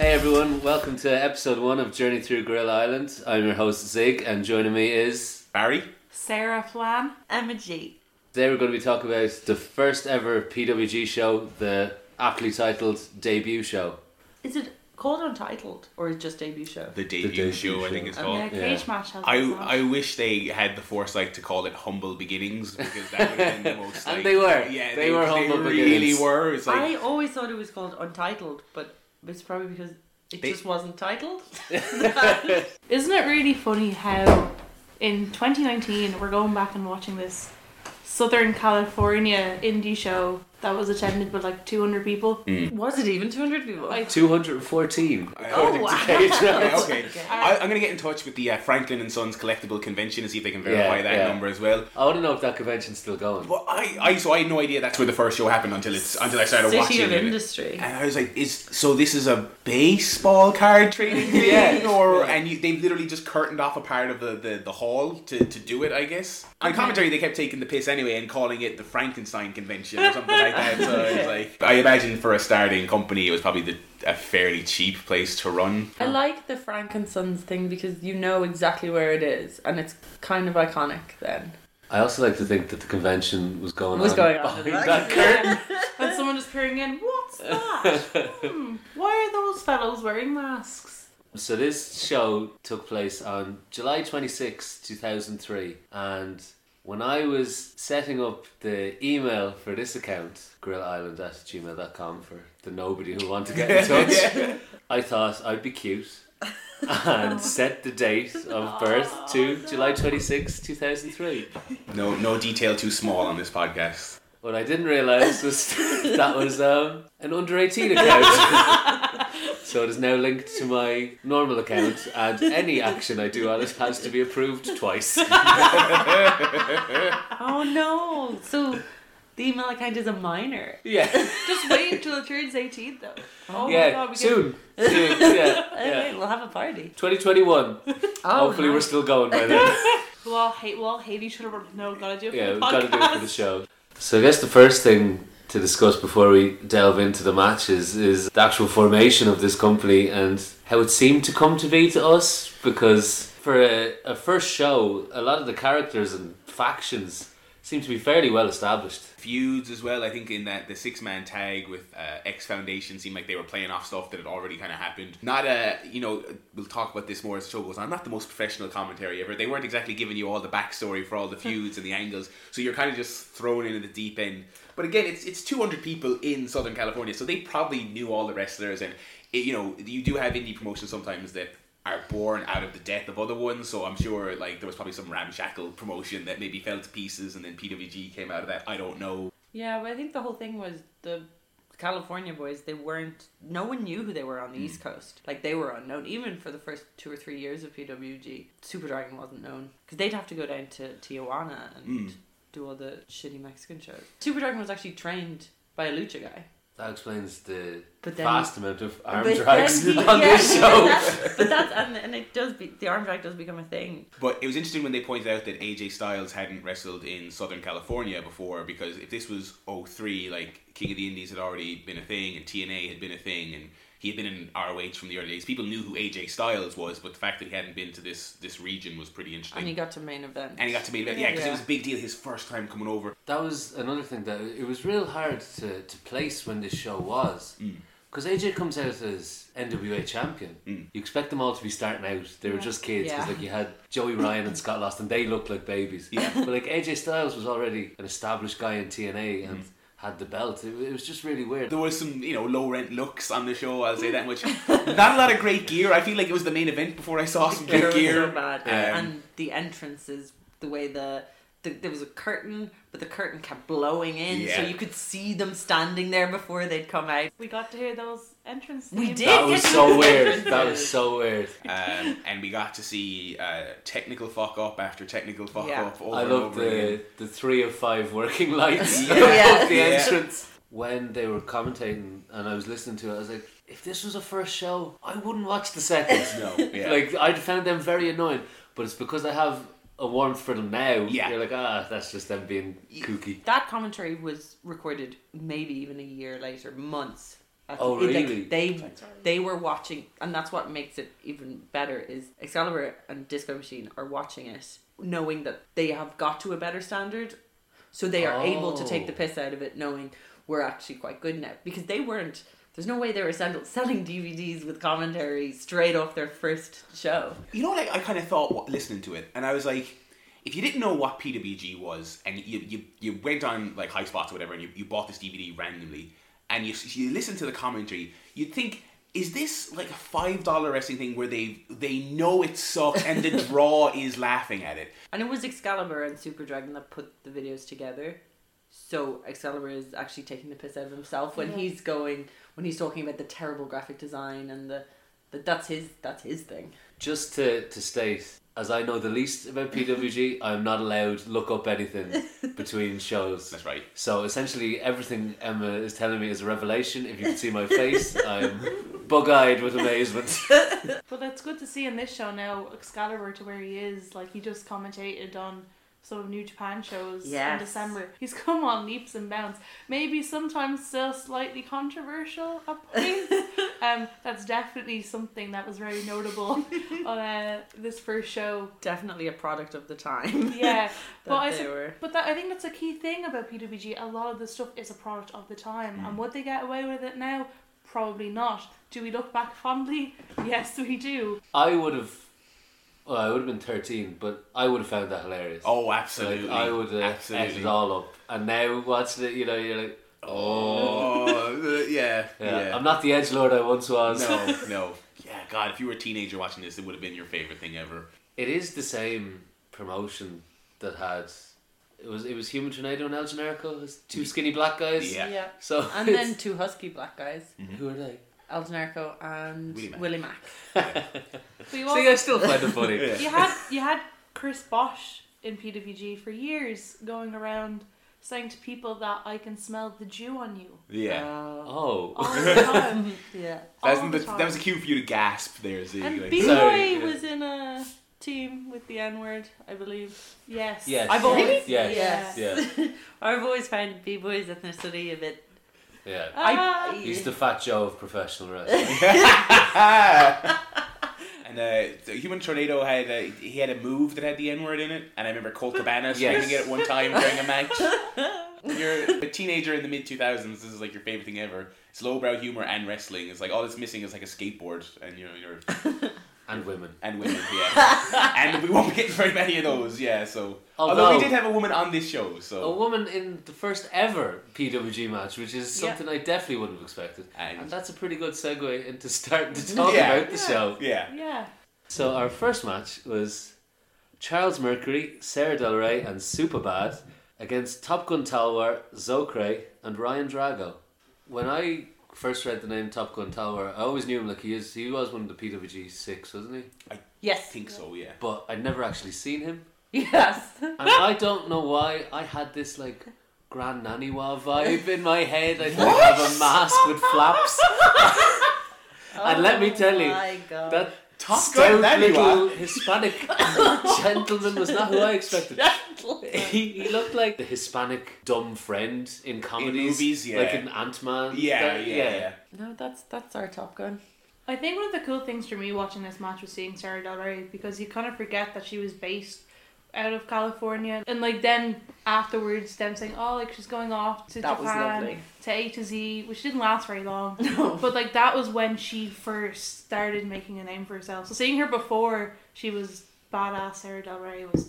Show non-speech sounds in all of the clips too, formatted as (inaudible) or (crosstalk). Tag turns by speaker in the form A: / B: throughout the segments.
A: everyone, welcome to episode one of Journey Through Gorilla Island. I'm your host Zig, and joining me is
B: Barry.
C: Sarah Flan, Emma G.
A: today we're going to be talking about the first ever PWG show, the aptly titled debut show. (laughs)
C: Is it called Untitled or is it just debut show?
B: The debut,
A: debut
B: show, I
A: show.
B: think it's
C: Um,
B: called.
C: yeah,
A: yeah.
C: Cage Match has
B: I,
C: this on.
B: I wish they had the foresight to call it humble beginnings because that would
A: (laughs)
B: have been the most.
A: And
B: Like,
A: they were.
B: Yeah,
A: They were humble
B: really
A: beginnings.
B: were. It's
C: I
B: like
C: always thought it was called Untitled, but it's probably because it
B: They-
C: just wasn't titled. (laughs) Isn't it really funny how in 2019 we're going back and watching this Southern California indie show that was attended by like 200 people?
B: Hmm.
C: Was it even 200 people? I,
A: 214.
C: (laughs)
A: according
C: wow.
A: to Cage
B: Yeah,
A: Match.
B: okay. I, I'm gonna get in touch with the uh, Franklin and Sons collectible convention and see if they can verify
A: Yeah,
B: that
A: yeah.
B: number as well.
A: (laughs) I want to know if that convention's still going.
B: But I, I, so I had no idea that's where the first show happened until it's until I started
C: City
B: watching
C: of
B: it.
C: Industry.
B: And I was like, "Is so? This is a baseball
A: (laughs)
B: card trading thing,
A: Yeah.
B: or
A: Yeah.
B: and you, they literally just curtained off a part of the, the, the hall to, to do it, I guess." On commentary, they kept taking the piss anyway and calling it the Frankenstein Convention or something like that. So
A: (laughs)
B: it's like, I imagine for a starting company, it was probably the, a fairly cheap place
A: (laughs)
B: to run.
D: I like the Frank and Sons thing because you know exactly where it is, and it's kind of iconic. Then
A: I also like to think that the convention was going
D: Was
A: on
D: going on.
A: behind
C: (laughs)
A: that curtain.
C: and someone just peering in, (laughs) what's that?
A: (laughs)
C: hmm, why are those fellows wearing masks?
A: So this show took place on July 26, 2003 and when I was setting up the email for this account, gorillaisland at gmail.com for the nobody who want to get
B: (laughs)
A: in touch, I thought I'd be cute and set the date of birth to July 26, 2003.
B: No, no detail too small on this podcast.
A: What I didn't realise was (laughs) that was um, an under 18
C: (laughs)
A: account. so it is now linked to my normal account, and any action I do on it has to be approved
C: (laughs)
A: twice.
C: Oh no! So the email account is a minor.
A: Yeah,
C: Just wait until it turns 18 though. Oh
A: yeah,
C: my god, we can.
A: soon. soon. Yeah,
C: (laughs) Okay,
A: yeah.
C: we'll have a party.
A: 2021.
C: Oh,
A: Hopefully, we're still going by
C: (laughs)
A: then.
C: We'll all hate, we'll all hate each other. but No, gotta do it for
A: Yeah,
C: the
A: we've got to
C: podcast.
A: do it for the show. So I guess the first thing to discuss before we delve into the matches is the actual formation of this company and how it seemed to come to be to us because for a, a first show, a lot of the characters and factions seem to be fairly well established.
B: Feuds as well. I think in that the six man tag with uh, X Foundation seemed like they were playing off stuff that had already kind of happened. Not a you know we'll talk about this more as the show goes on. Not the most professional commentary ever. They weren't exactly giving you all the backstory for all the feuds and the angles, so you're kind of just thrown into the deep end. But again, it's it's 200 people in Southern California, so they probably knew all the wrestlers, and it, you know you do have indie promotions sometimes that are born out of the death of other ones. So I'm sure like there was probably some ramshackle promotion that maybe fell to pieces, and then PWG came out of that. I don't know.
C: Yeah, but I think the whole thing was the California boys, they weren't, no one knew who they were
B: Hmm.
C: on the East Coast. Like, they were unknown, even for the first two or three years of PWG. Super Dragon wasn't known. Because they'd have to go down to Tijuana
B: Hmm.
C: and do all the shitty Mexican shows. Super Dragon was actually trained by a lucha guy.
A: That explains the
C: But then-
A: vast amount of arm
C: But
A: drags
C: then he-
A: (laughs) on
C: yeah,
A: this
C: but (laughs)
A: show.
C: that's- But that's, and, and it does, be, the arm drag does become a thing.
B: But it was interesting when they pointed out that AJ Styles hadn't wrestled in Southern California before because if this was 03, like King of the Indies had already been a thing and TNA had been a thing and he had been in ROH from the early days. People knew who AJ Styles was, but the fact that he hadn't been to this this region was pretty interesting.
C: And he got to main event.
B: And he got to main event, yeah, because
C: Yeah.
B: it was a big deal. His first time coming over,
A: That was another thing that it was real hard to, to place when this show was. Because AJ comes out as NWA champion. You expect them all to be starting out. They were just kids. Because
C: Yeah.
A: like you had Joey Ryan and Scott Lost and they looked like babies.
B: Yeah.
A: But like AJ Styles was already an established guy in TNA and had the belt. It, it was just really weird.
B: There was some, you know, low rent looks on the show. I'll say that
C: (laughs)
B: much. Not a lot of great gear. I feel like it was the main event before I saw
C: (laughs)
B: some
C: It
B: good
C: was so
B: gear.
C: bad.
B: Um,
C: and the entrances, the way the, the there was a curtain, but the curtain kept blowing in, so
B: Yeah.
C: you could see them standing there before they'd come out. We got to hear those entrances. We did.
A: That
C: get
A: was
C: to
A: so
C: hear those
A: weird. That
C: entrances.
A: was
C: (laughs)
A: so weird.
B: Um, and we got to see uh, technical fuck up after technical fuck
C: Yeah.
B: up over
A: I
B: and
A: love
B: over again.
A: the, the three of five working (laughs) lights
B: Yeah.
A: above the
B: Yeah.
A: entrance. When they were commentating and I was listening to it, I was like, if this was a first show, I wouldn't watch the (laughs) second.
B: No, yeah.
A: Like, I found them very annoying, but it's because I have a warmth for them now.
B: Yeah.
A: You're like, ah, that's just them being kooky.
C: That commentary was recorded maybe even a year later, months That's-
A: Oh,
C: it- like,
A: really?
C: they they were watching, and that's what makes it even better. Is Excalibur and Disco Machine are watching it, knowing that they have got to a better standard, so they are able to take the
A: Oh.
C: piss out of it, knowing we're actually quite good now because they weren't. There's no way they were sell- selling DVDs with commentary straight off their first show.
B: You know what I, I kind of thought wa- listening to it, and I was like, if you didn't know what PWG was, and you you, you went on like high spots or whatever, and you, you bought this DVD randomly, and you you listen to the commentary, you'd think. Is this like a five dollar wrestling thing where they they know it sucks and
C: (laughs)
B: the draw is laughing at it?
C: And it was Excalibur and Super Dragon that put the videos together. So Excalibur is actually taking the piss out of himself when he's going when he's talking about the terrible graphic design and the, the that's his that's his thing.
A: Just to, to state, as I know the least about PWG, I'm not allowed to look up
B: (laughs)
A: anything between shows.
B: That's right.
A: So essentially, everything Emma is telling me is a revelation. If you can see my face, I'm bug eyed with amazement. (laughs)
E: But it's good to see in this show now Excalibur to where he is. Like he just commentated on some of New Japan shows in
C: Yes.
E: December. (laughs) He's come on leaps and bounds. Maybe sometimes still slightly controversial
C: (laughs)
E: at points. um, that's definitely something that was very
C: (laughs)
E: notable on uh, this first show.
C: Definitely a product of the (laughs) time.
E: Yeah,
C: that
E: but I
C: they
E: sup-
C: were.
E: but that, I think that's a key thing about PWG. A lot of the stuff is a product of the time,
C: Mm.
E: and would they get away with it now? Probably not. Do we look back fondly? (laughs) Yes, we do.
A: I would have, well, I would have been 13, but I would have found that hilarious.
B: Oh,
A: Like,
B: absolutely.
A: I would have ate
B: absolutely.
A: it all up. And now, watching it, you know, you're like,
B: Oh, yeah,
A: yeah,
B: yeah.
A: I'm not the edge lord I once was.
B: no, no. Yeah, God, if you were a teenager watching this, it would have been your favorite thing ever.
A: It is the same promotion that had it was it was Human Tornado and El Generico, those two skinny black guys.
B: Yeah.
A: (laughs) So
C: And
A: it's-
C: then two husky black guys,
A: (laughs) who are they?
C: El Generico and
B: Willie Mack.
C: Willie Mac.
E: But you
A: See, I still (laughs) find
C: (laughs)
A: it funny.
B: (laughs) Yeah.
E: (laughs) you had you had Chris Bosch in PWG for years going around saying to people that I can smell the Jew on you
B: Yeah.
C: (laughs)
A: Oh,
C: Oh,
A: (laughs)
E: all
C: (laughs)
E: the time.
C: yeah.
E: all
B: that,
E: the
B: was,
E: time.
B: that was a cue for you to gasp there, Z.
E: and
B: like- (laughs)
E: B
A: Sorry,
E: Boy
A: yeah.
E: was in a
C: Team with the N word, I believe.
E: yes.
A: Yes.
C: I've always
A: Yes.
C: yes. (laughs) I've always found B boys ethnicity a bit.
A: Oh, yeah.
E: Ah,
A: He's the fat Joe of professional wrestling. (laughs)
B: Ah! And uh, the Human Tornado had uh, he had a move that had the N word in it, and I remember Colt Cabana screaming it at one time during a match. When You're a teenager in the mid two thousands. This is like your favorite thing ever. It's lowbrow humor and wrestling. It's like all that's missing is like a skateboard, and you know you're
A: and women.
B: and women, yeah. and we won't get very many of those, yeah. So although,
A: Although-
B: we did have a woman on this show, so
A: A woman in the first ever PWG match, which is
C: Yeah.
A: something I definitely wouldn't have expected.
B: And-
A: And that's a pretty good segue into starting to talk
B: Yeah.
A: about the
E: Yeah.
A: show.
B: yeah.
E: yeah.
A: So our first match was Charles Mercury, Sarah Del Rey, and Superbad against Top Gun Talwar, Zokre, and Ryan Drago. When I first read the name Top Gun Talwar, I always knew him like he is. He was one of the PWG six, wasn't he?
B: I
C: Yes.
B: think so, yeah.
A: But I'd never actually seen him,
C: (laughs) Yes.
A: and I don't know why I had this like. Grand Naniwa vibe in my head. I thought
B: What?
A: I'd have a mask with flaps. And let me tell you,
C: Oh my God.
A: That
B: Top
A: stout
B: Gun Naniwa.
A: little Hispanic (laughs) gentleman was not who I expected.
C: (laughs)
A: he, he looked like the Hispanic dumb friend in comedies,
B: movies, yeah.
A: like an Ant Man.
B: Yeah, yeah, yeah.
D: No, that's that's our Top Gun.
E: I think one of the cool things for me watching this match was seeing Sarah Del Rey because you kind of forget that she was based out of California and like then afterwards them saying oh like she's going off to
C: That was
E: Japan
C: lovely.
E: to A to Z which didn't last very long
C: No.
E: but like that was when she first started making a name for herself so seeing her before she was badass Sarah Del Rey was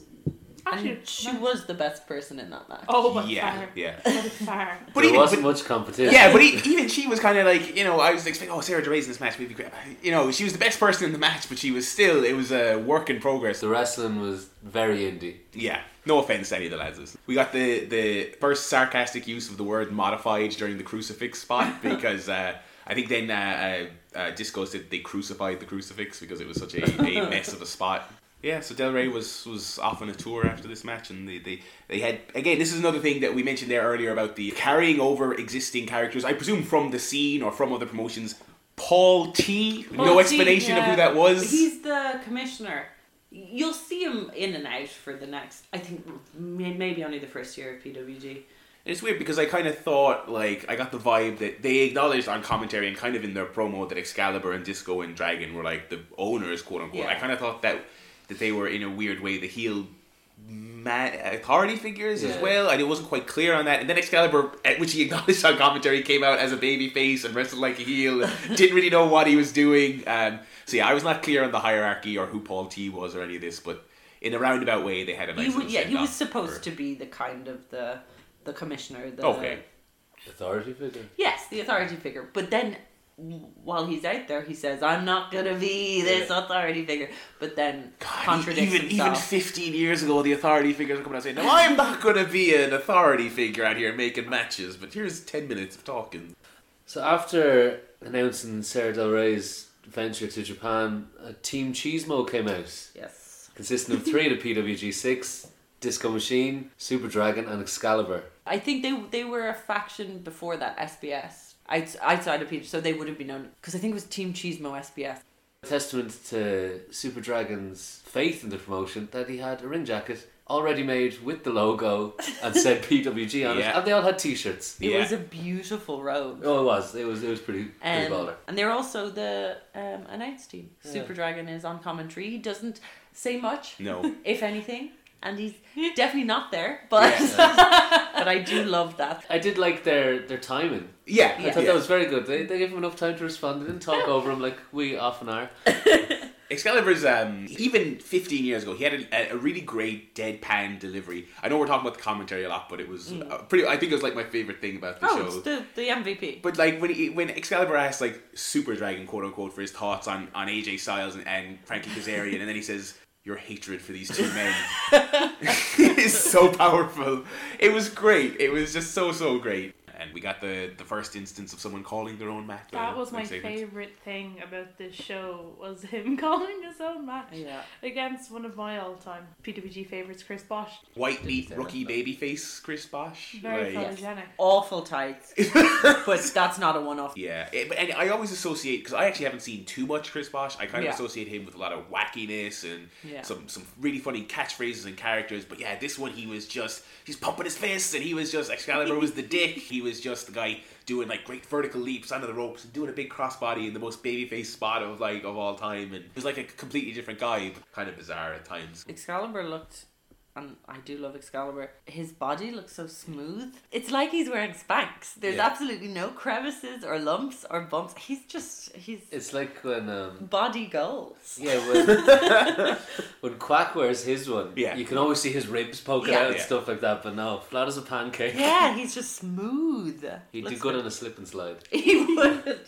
E: actually
C: And she
E: nice.
C: was the best person in that match.
E: oh but
B: yeah,
E: far
B: yeah.
E: but far
C: (laughs)
B: But
A: there
B: even,
A: wasn't
B: but,
A: much competition.
B: yeah, but e even she was kind of like, you know, I was expecting, oh, Sarah Dre's in this match, maybe, great. you know, she was the best person in the match, but she was still, it was a work in progress.
A: the wrestling was very indie.
B: Yeah, no offense to any of the lads. We got the the first sarcastic use of the word modified during the crucifix
E: (laughs)
B: spot because uh, I think then uh, uh, uh, Disco said they crucified the crucifix because it was such a,
E: (laughs)
B: a mess of a spot. Yeah, so Del Rey was was off on a tour after this match, and they, they they had again. This is another thing that we mentioned there earlier about the carrying over existing characters. I presume from the scene or from other promotions. Paul T.
E: Paul
B: no
E: T,
B: explanation of
E: yeah.
B: who that was.
C: He's the commissioner. You'll see him in and out for the next, I think, may- maybe only the first year of PWG.
B: It's weird because I kind of thought, like, I got the vibe that they acknowledged on commentary and kind of in their promo that Excalibur and Disco and Dragon were like the owners, quote unquote.
C: Yeah.
B: I kind of thought that that they were in a weird way the heel ma- authority figures as
A: Yeah.
B: well. And it wasn't quite clear on that. And then Excalibur, at which he acknowledged on commentary, came out as a baby face and wrestled like a heel.
C: (laughs)
B: didn't really know what he was doing. Um, so yeah, I was not clear on the hierarchy or who Paul T was or any of this, but in a roundabout way, they had a nice.
C: He was,
B: little
C: yeah, he was
B: send-off for-
C: supposed to be the kind of the the commissioner. The,
B: Okay.
A: Authority figure.
C: Yes, the authority figure. But then w- while he's out there, he says, "I'm not gonna be this authority figure." But then
B: God, e-
C: contradicts
B: even, even
C: himself.
B: 15 years ago, the authority figures were coming out saying, "No, I'm not going to be an authority figure out here making matches." But here's 10 minutes of talking.
A: So after announcing Sarah Del Rey's venture to Japan, a Team Cheesemo came out,
C: yes,
A: consisting of three of the PWG six, Disco Machine, Super Dragon, and Excalibur.
C: I think they they were a faction before that SBS outs- outside of Peter, so they would have been known because I think it was Team Cheesemo SBS.
A: Testament to Super Dragon's faith in the promotion that he had a ring jacket already made with the logo and said PWG on it,
B: Yeah.
A: and they all had T-shirts.
C: It
B: Yeah.
C: was a beautiful robe.
A: Oh, it was. It was. It was pretty. pretty
C: Um,
A: baller.
C: and they're also the um, announced team. Super Dragon is on commentary. He doesn't say much,
B: (laughs) No,
C: if anything, and
B: (laughs)
C: he's definitely not there. But (laughs) but I do love that.
A: I did like their their timing.
B: yeah,
A: I
C: Yeah.
A: thought that was very good. They, they gave him enough time to respond. They didn't talk over him like we often are.
B: Excalibur's um, even 15 years ago, he had a, a really great deadpan delivery. I know we're talking about the commentary a lot, but it was uh, pretty. I think it was like my favorite thing about the
C: Oh,
B: show.
C: it's the, the MVP.
B: But like when he, when Excalibur asked like Super Dragon quote unquote for his thoughts on, on AJ Styles and, and Frankie Kazarian, and then he says your hatred for these two men is so powerful. It was great. It was just so so great. And we got the the first instance of someone calling their own match.
E: That
B: uh,
E: was my
B: like segment.
E: favorite thing about this show was him (laughs) calling his own match
C: Yeah.
E: against one of my all-time PWG favorites, Chris Bosch.
B: White meat
A: say
B: rookie
A: that,
B: babyface Chris Bosch.
E: Very
B: Like-
E: photogenic.
C: (laughs) Awful
B: (laughs)
C: tights, but that's not a one off.
B: Yeah, it, and I always associate because I actually haven't seen too much Chris Bosch. I kind of
C: Yeah.
B: associate him with a lot of wackiness and
C: Yeah.
B: some some really funny catchphrases and characters. But yeah, this one he was just he's pumping his fists and he was just Excalibur was the dick. He was just the guy doing like great vertical leaps under the ropes and doing a big crossbody in the most babyface spot of like of all time. And he was like a completely different guy, but kind of bizarre at times.
C: Excalibur looked, and I do love Excalibur. His body looks so smooth. It's like he's wearing Spanx. There's
B: Yeah.
C: absolutely no crevices or lumps or bumps. He's just he's
A: It's like when um
C: body goals.
A: yeah when
B: (laughs)
A: when Quack wears his one.
B: Yeah.
A: you can always see his ribs poking
C: Yeah.
A: out and
B: Yeah.
A: stuff like that. But no, flat as a pancake.
C: Yeah, he's just smooth.
A: He'd do
C: Looks
A: good on a slip and slide.
C: (laughs) He would.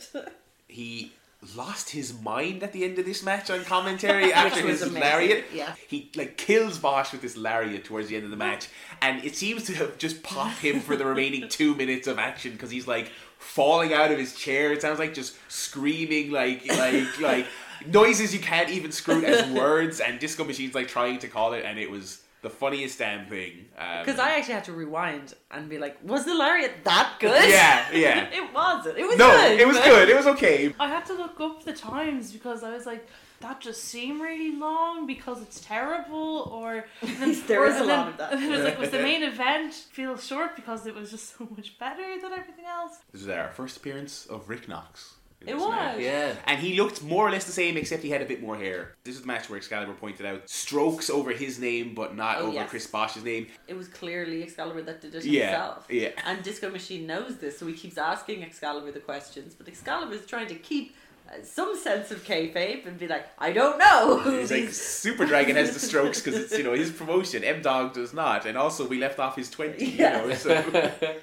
B: he lost his mind at the end of this match on
C: (laughs)
B: commentary after
C: was
B: his
C: amazing,
B: lariat.
C: yeah.
B: He like kills Bosch with this lariat towards the end of the match, and it seems to have just popped him for the
C: (laughs)
B: remaining two minutes of action because he's like falling out of his chair. It sounds like just screaming like
C: (laughs)
B: like like noises you can't even screw as words, and Disco Machine's like trying to call it, and it was the funniest damn thing. Um,
C: Because I actually had to rewind and be like, was the lariat that good?
B: Yeah, yeah.
C: (laughs) it wasn't. It was
B: no,
C: good.
B: it was
C: but-
B: good. It was okay.
E: I had to look up the times because I was like, that just seemed really long because it's terrible, (laughs) or and then,
C: There
E: or-
C: is a
E: and then-
C: lot of that.
E: (laughs) And then it was like,
B: (laughs)
E: was the main event feel short because it was just (laughs) so much better than everything else?
B: This was our first appearance of Rick Knox. in
C: It
B: this match.
C: was.
A: Yeah,
B: And he looked more or less the same, except he had a bit more hair. This is the match where Excalibur pointed out strokes over his name, but not
C: Oh,
B: over
C: yes.
B: Chris Bosch's name.
C: It was clearly Excalibur that did it
B: Yeah,
C: himself.
B: yeah.
C: And Disco Machine knows this, so he keeps asking Excalibur the questions. But Excalibur is trying to keep uh, some sense of kayfabe and be like, I don't know. who
B: He's
C: (laughs)
B: like,
C: these-"
B: Super Dragon has the strokes because it's, you know, his promotion. M Dog does not. And also, we left off his 20, you
A: (laughs)
B: know.
C: Yes. (laughs)
B: So.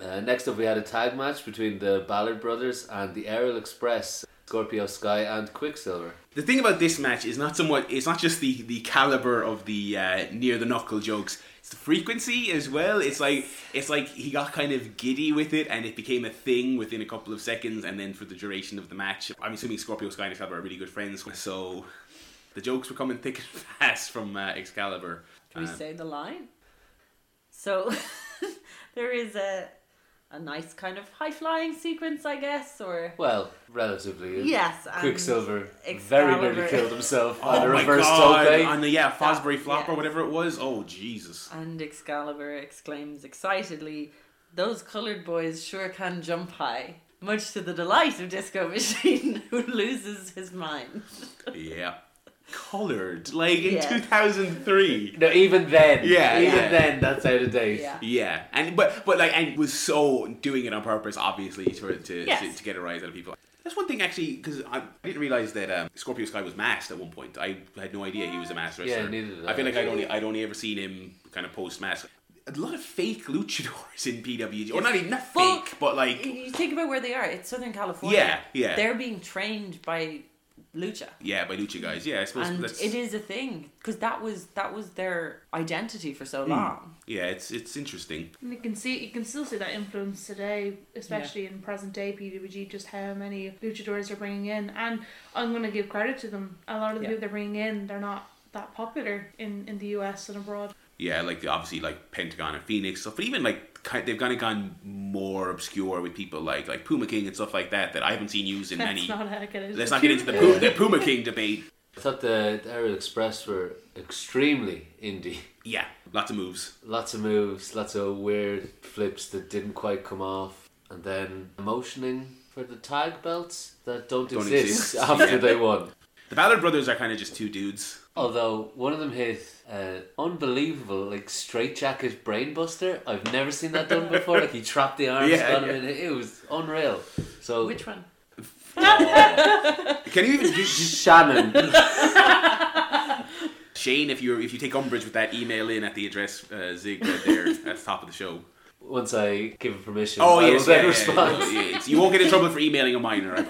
A: Uh, next up, we had a tag match between the Ballard brothers and the Aerial Express, Scorpio Sky, and Quicksilver.
B: The thing about this match is not somewhat. It's not just the the caliber of the uh, near the knuckle jokes. It's the frequency as well. It's like it's like he got kind of giddy with it, and it became a thing within a couple of seconds, and then for the duration of the match. I'm assuming Scorpio Sky and Excalibur are really good friends, so the jokes were coming (laughs) thick and fast from uh, Excalibur.
C: Can we
B: Um,
C: (laughs) say the line? So there is a a nice kind of high flying sequence, I guess, or
A: Well, relatively.
C: yes, and-
A: Quicksilver very nearly
C: Excalibur.
A: killed himself on
B: Oh
A: a
B: my
A: reverse
B: god!
A: tope.
B: On the yeah, Fosbury flop
C: yeah.
B: or whatever it was. Oh Jesus!
C: And Excalibur exclaims excitedly, "Those colored boys sure can jump high." Much to the delight of Disco (laughs) Machine, who loses his mind.
B: Yeah, colored like in
C: Yeah.
B: two thousand three.
A: No, even then.
B: Yeah,
A: Even
B: yeah.
A: then, that's out of date.
C: Yeah.
B: Yeah, and but but like and was so doing it on purpose, obviously, to to
C: Yes.
B: to, to get a rise out of people. That's one thing actually, because I didn't realize that um, Scorpio Sky was masked at one point. I had no idea he was a masked wrestler.
A: Yeah, neither did
B: I feel
A: I.
B: like I'd only I'd only ever seen him kind of post mask. A lot of fake luchadors in PWG, or not even not
C: Well,
B: fake, but like
C: You think about where they are. It's Southern California.
B: yeah, yeah,
C: They're being trained by lucha.
B: yeah, by lucha guys. Yeah, I suppose
C: and
B: that's
C: it is a thing because that was that was their identity for
B: Hmm.
C: so long.
B: yeah, it's it's interesting.
E: And you can see you can still see that influence today, especially in present day PWG, just how many luchadors they're bringing in. And I'm going to give credit to them. A lot of the
C: Yeah.
E: people they're bringing in, they're not that popular in in the US and abroad.
B: yeah, like the, obviously like Pentagon and Phoenix stuff, but even like ki- they've kind of gone more obscure with people like like Puma King and stuff like that that I haven't seen used in
E: That's
B: many.
E: not how to get into
B: Let's not get
E: (laughs)
B: into the
E: PWG.
B: Puma, the Puma King debate.
A: I thought the, the Aerial Express were extremely indie. (laughs)
B: Yeah, lots of moves.
A: Lots of moves, lots of weird flips that didn't quite come off, and then motioning for the tag belts that don't,
B: Don't
A: exist, (laughs)
B: exist,
A: after
B: yeah.
A: they won.
B: The Ballard brothers are kind of just two
E: (laughs)
B: dudes.
A: Although one of them hit an unbelievable like straight jacket brainbuster. I've never seen that done before. Like he trapped the arms
B: Yeah,
A: on him, and it, it was unreal. So
C: Which one?
B: Can you even do-
A: Shannon, (laughs)
B: Shane? If you are if you take umbrage with that, email in at the address uh, Zig right there at the top of the show.
A: once I give him permission,
B: Oh
A: I will
B: yes, yeah,
A: then
B: yeah,
A: respond.
B: yeah, yeah, it's- you won't get in trouble for emailing a minor. I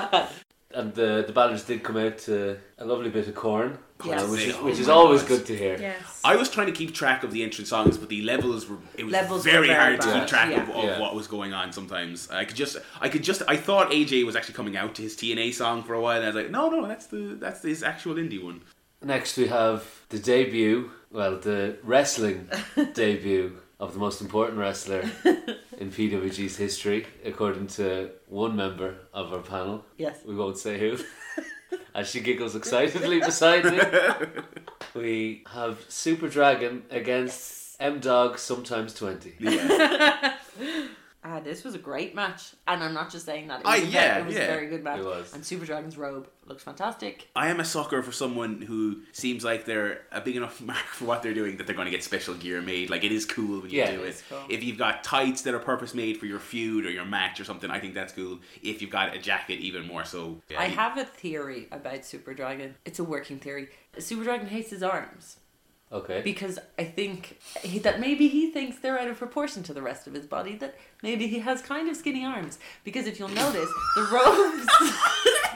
E: (laughs)
B: promise.
A: And the the ballers did come out to a lovely bit of corn, you know, which
C: Yes.
A: is
B: Oh
A: which is
B: my
A: always
B: God.
A: good to hear.
E: Yes.
B: I was trying to keep track of the entrance songs, but the levels were it was
C: Levels were
B: very,
C: very
B: hard to
C: bad.
B: keep track of,
C: Yeah.
B: of
A: Yeah.
B: what was going on. Sometimes I could just I could just I thought AJ was actually coming out to his TNA song for a while, and I was like, no, no, that's the that's his actual indie one.
A: Next we have the debut, well, the wrestling debut of the most important wrestler in PWG's history, according to one member of our panel.
C: Yes.
A: We won't say who. As she giggles excitedly beside me. We have Super Dragon against M Dog, sometimes 20.
C: (laughs)
B: Yeah.
C: Ah, this was a great match, and I'm not just saying that. It
B: Ah,
C: was a ve-
B: yeah,
C: it was
B: yeah.
C: a very good match.
A: It was.
C: And Super Dragon's robe looks fantastic.
B: I am a sucker for someone who seems like they're a big enough (laughs) mark for what they're doing that they're going to get special gear made. Like it is cool when you
A: Yeah,
B: do
A: it
B: it.
C: is cool.
B: If you've got tights that are purpose made for your feud or your match or something, I think that's cool. If you've got a jacket, even more so. Yeah,
C: I
B: you-
C: have a theory about Super Dragon. It's a working theory. Super Dragon hates his arms
A: Okay.
C: because I think he, that maybe he thinks they're out of proportion to the rest of his body. That maybe he has kind of skinny arms because if you'll notice, the robes,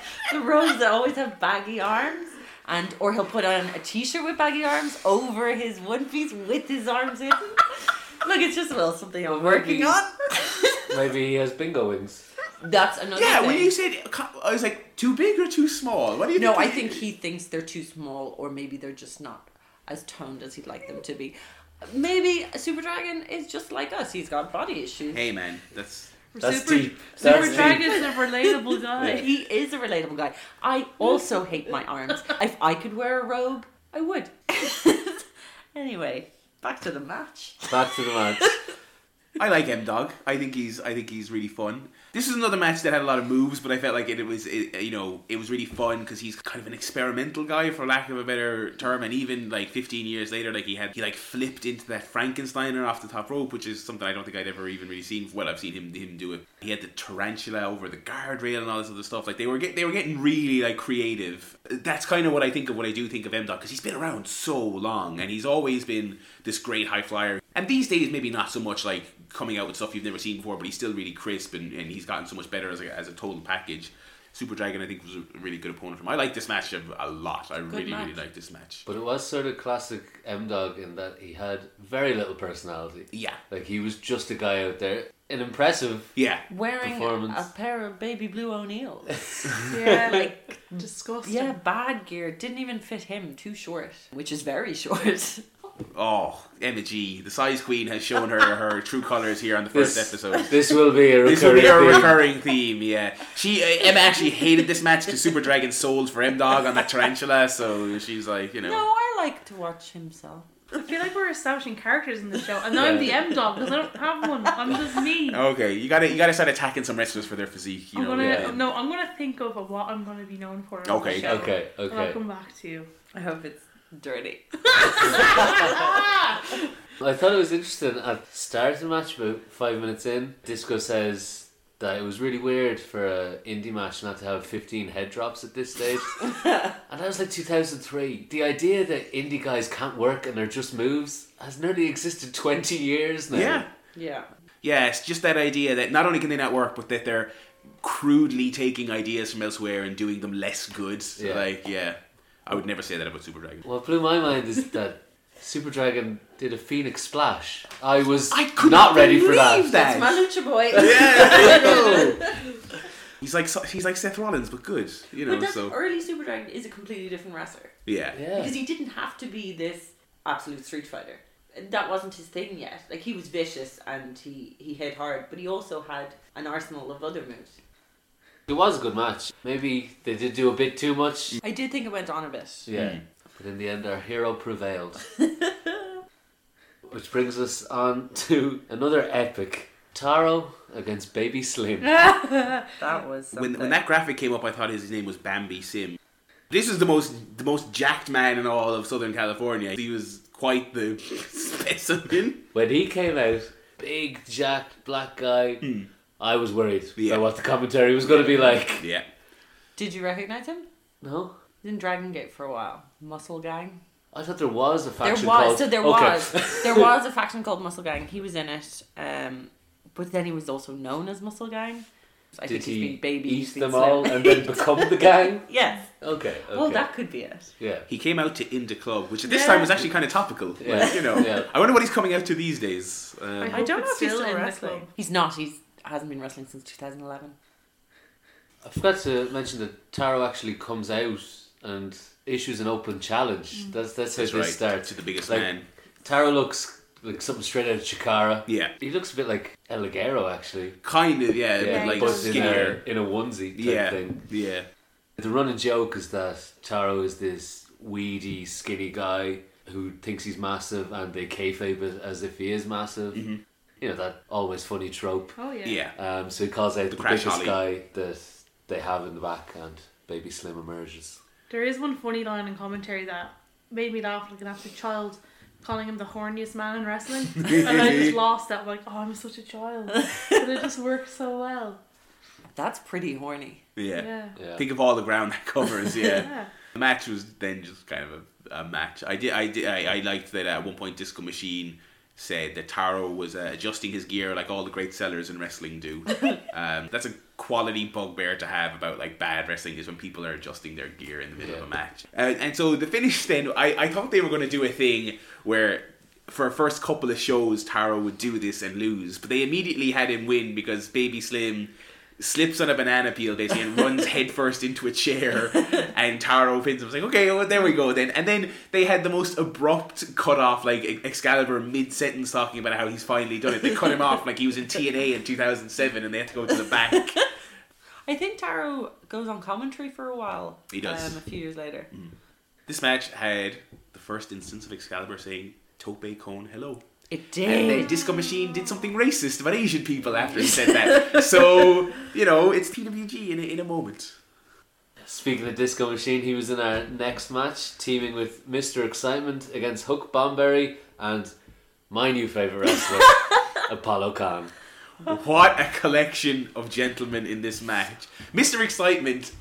C: (laughs) the robes that always have baggy arms, and or he'll put on a t-shirt with baggy arms over his one piece with his arms in. Look, it's just a little something I'm working on.
A: Maybe he has bingo wings.
C: That's another.
B: Yeah,
C: thing.
B: when you said, I was like, too big or too small? What do you
C: No, I (laughs)
B: think?
C: think he thinks they're too small, or maybe they're just not as toned as he'd like them to be. Maybe Super Dragon is just like us. He's got body issues.
B: Hey man, that's
A: That's
E: Super,
A: deep.
E: Super
A: That's deep.
E: Dragon's a (laughs) relatable guy.
C: But Uh, He is a relatable guy. I also hate my arms. If I could wear a robe, I would. (laughs) anyway, back to the match.
A: Back to the match.
B: I like M Dog. I think he's I think he's really fun. This is another match that had a lot of moves, but I felt like it, it was it, uh, you know it was really fun because he's kind of an experimental guy for lack of a better term, and even like 15 years later, like he had he like flipped into that Frankensteiner off the top rope, which is something I don't think I'd ever even really seen. Well, I've seen him him do it. He had the tarantula over the guardrail and all this other stuff. Like they were get, they were getting really like creative. That's kind of what I think of when I do think of M Dog because he's been around so long and he's always been this great high flyer. And these days, maybe not so much like coming out with stuff you've never seen before, but he's still really crisp and, and he's gotten so much better as a, as a total package. Super Dragon, I think, was a really good opponent for him. I like this match a, a lot. I really,
C: match.
B: really like this match.
A: But it was sort of classic M Dog in that he had very little personality.
B: Yeah.
A: Like he was just a guy out there. An impressive.
B: Yeah.
C: Wearing
A: Performance.
C: a pair of baby blue (laughs) O'Neills.
E: (laughs) Yeah,
C: Like,
E: disgusting.
C: yeah, bad gear. Didn't even fit him. Too (laughs) short, which is very short.
B: oh, Emma G, the size queen has shown her her true colors here on the first
A: This-
B: episode.
A: This will be a recurring.
B: (laughs) This will be a
A: theme.
B: recurring theme, yeah. She uh, Emma actually hated this match because Super Dragon sold for M Dog on that tarantula, so she's like, you know.
C: No, I like to watch himself.
E: I feel like we're establishing characters in the show, and now I'm the M dog because I don't have one. I'm just
B: (laughs)
E: me.
B: Okay, Oh, you gotta you gotta start attacking some wrestlers for their physique. You
E: I'm
B: know,
E: gonna
B: yeah.
E: no. I'm gonna think of what I'm gonna be known for. on
B: Okay,
E: the
A: (laughs)
E: show,
A: Okay,
E: and I'll
A: okay.
E: come back to (laughs) you.
C: I hope it's dirty.
A: I thought it was interesting at the start of the match, about five minutes in, Disco says that it was really weird for a indie match not to have 15 head drops at this
B: (laughs)
A: stage. and that was like 2003. The idea that indie guys can't work and they're just moves has nearly existed 20 years now.
B: yeah,
C: Yeah.
B: yeah. It's just that idea that not only can they not work, but that they're crudely taking ideas from elsewhere and doing them less good. So,
A: Yeah.
B: Like, yeah, I would never say that about
A: (laughs)
B: Super Dragon.
A: What blew my mind is that Super Dragon did a Phoenix Splash. I was
B: I could
A: not ready for that.
B: believe that.
C: It's my lucha boy.
B: Yeah, there you go. He's like he's like Seth Rollins, but good. You know,
C: but that's
B: so
C: early Super Dragon is a completely different wrestler.
B: yeah.
A: Yeah.
C: Because he didn't have to be this absolute street fighter. That wasn't his thing yet. Like he was vicious and he, he hit hard, but he also had an arsenal of other moves.
A: It was a good match. Maybe they did do a bit too much.
C: I did think it went on a (laughs) bit.
A: Yeah. But in the end, our hero prevailed. Which brings us on to another epic Taro against Baby Slim.
C: That was
B: When, when that graphic came up, I thought his name was Bambi Sim. This is the most the most jacked man in all of Southern California. He was quite the (laughs) specimen.
A: When he came out, big, jacked, black guy,
C: Mm.
A: I was worried
B: Yeah.
A: about what the commentary was going to be like.
B: Yeah.
C: Did you recognize him?
A: No?
C: He's in Dragon Gate for a while. Muscle Gang.
A: I thought there was a
C: There
A: faction
C: was
A: called...
C: so there
A: Okay. (laughs)
C: was there was a faction called Muscle Gang. He was in it, um, but then he was also known as Muscle Gang. I
A: Did
C: think he's
A: he
C: been baby
A: eat
C: he's been
A: them
C: slim.
A: all and
C: (laughs)
A: then become the gang?
C: yes.
A: Okay, okay.
C: Well, that could be it.
A: Yeah.
B: He came out to Inda Club, which at this
E: Yeah.
B: time was actually kind of topical.
A: Yeah.
B: Like, you know,
A: Yeah.
B: I wonder what he's coming out to these days.
E: I,
B: Um,
E: don't know if he's still
C: in the
E: wrestling.
C: club. He's not. He's hasn't been wrestling since (laughs) 2011.
A: I forgot to mention that Taro actually comes out and issues an open challenge.
C: Hmm.
A: That's that's how
B: that's
A: this
B: right.
A: starts.
B: To the biggest
A: Like-
B: man.
A: Taro looks like something straight out of Chikara.
B: Yeah.
A: He looks a bit like El Ligero, actually.
B: Kind of, yeah,
E: Yeah,
B: but like
A: but
B: skinnier.
A: in a, in a onesie type
B: Yeah.
A: thing.
B: Yeah.
A: The running joke is that Taro is this weedy, skinny guy who thinks he's massive, and they kayfabe it as if he is massive.
B: Mm-hmm.
A: You know that always funny trope.
E: Oh yeah.
B: Yeah.
A: Um, so he calls out the,
B: crash
A: biggest
B: ollie.
A: guy that they have in the back, and Baby Slim emerges.
E: There is one funny line in commentary that made me laugh like an absolute child, calling him the horniest man
B: (laughs)
E: in wrestling, and I just lost that. Like, oh, I'm such a child, but it just worked so well.
C: That's pretty horny.
B: Yeah.
E: Yeah.
A: Yeah.
B: Think of all the ground that (laughs) covers, yeah.
E: Yeah.
B: The match was then just kind of a, a match. I did, I did, I, I liked that at one point Disco Machine said that Taro was uh, adjusting his gear like all the great sellers in wrestling do. um, that's a quality bugbear to have about like bad wrestling is when people are adjusting their gear in the middle of a
A: Yeah.
B: match. And, and so the (laughs) finish then, I, I thought they were going to do a thing where for a first couple of shows Taro would do this and lose, but they immediately had him win because Baby Slim slips on a banana peel basically and runs headfirst into a chair and Taro pins him. It's like, okay, well there we go then. And then they had the most abrupt cut off, like E-, Excalibur mid sentence talking about how he's finally done it. They cut him off like he was in TNA in two thousand seven and they had to go to the back.
C: I think Taro goes on commentary for a while.
B: He does.
C: Um, a few years later.
B: This match had the first instance of Excalibur saying Tope Cone hello.
C: It
B: And then
C: did.
B: Disco Machine did something racist about Asian people after he said
A: (laughs)
B: that. So, you know, it's PWG in a, in a moment.
A: Speaking of Disco Machine, he was in our next match, teaming with Mr. Excitement against Hook Bomberry and my new favourite wrestler, Apollo Khan.
B: What a collection of gentlemen in this match. Mr. Excitement.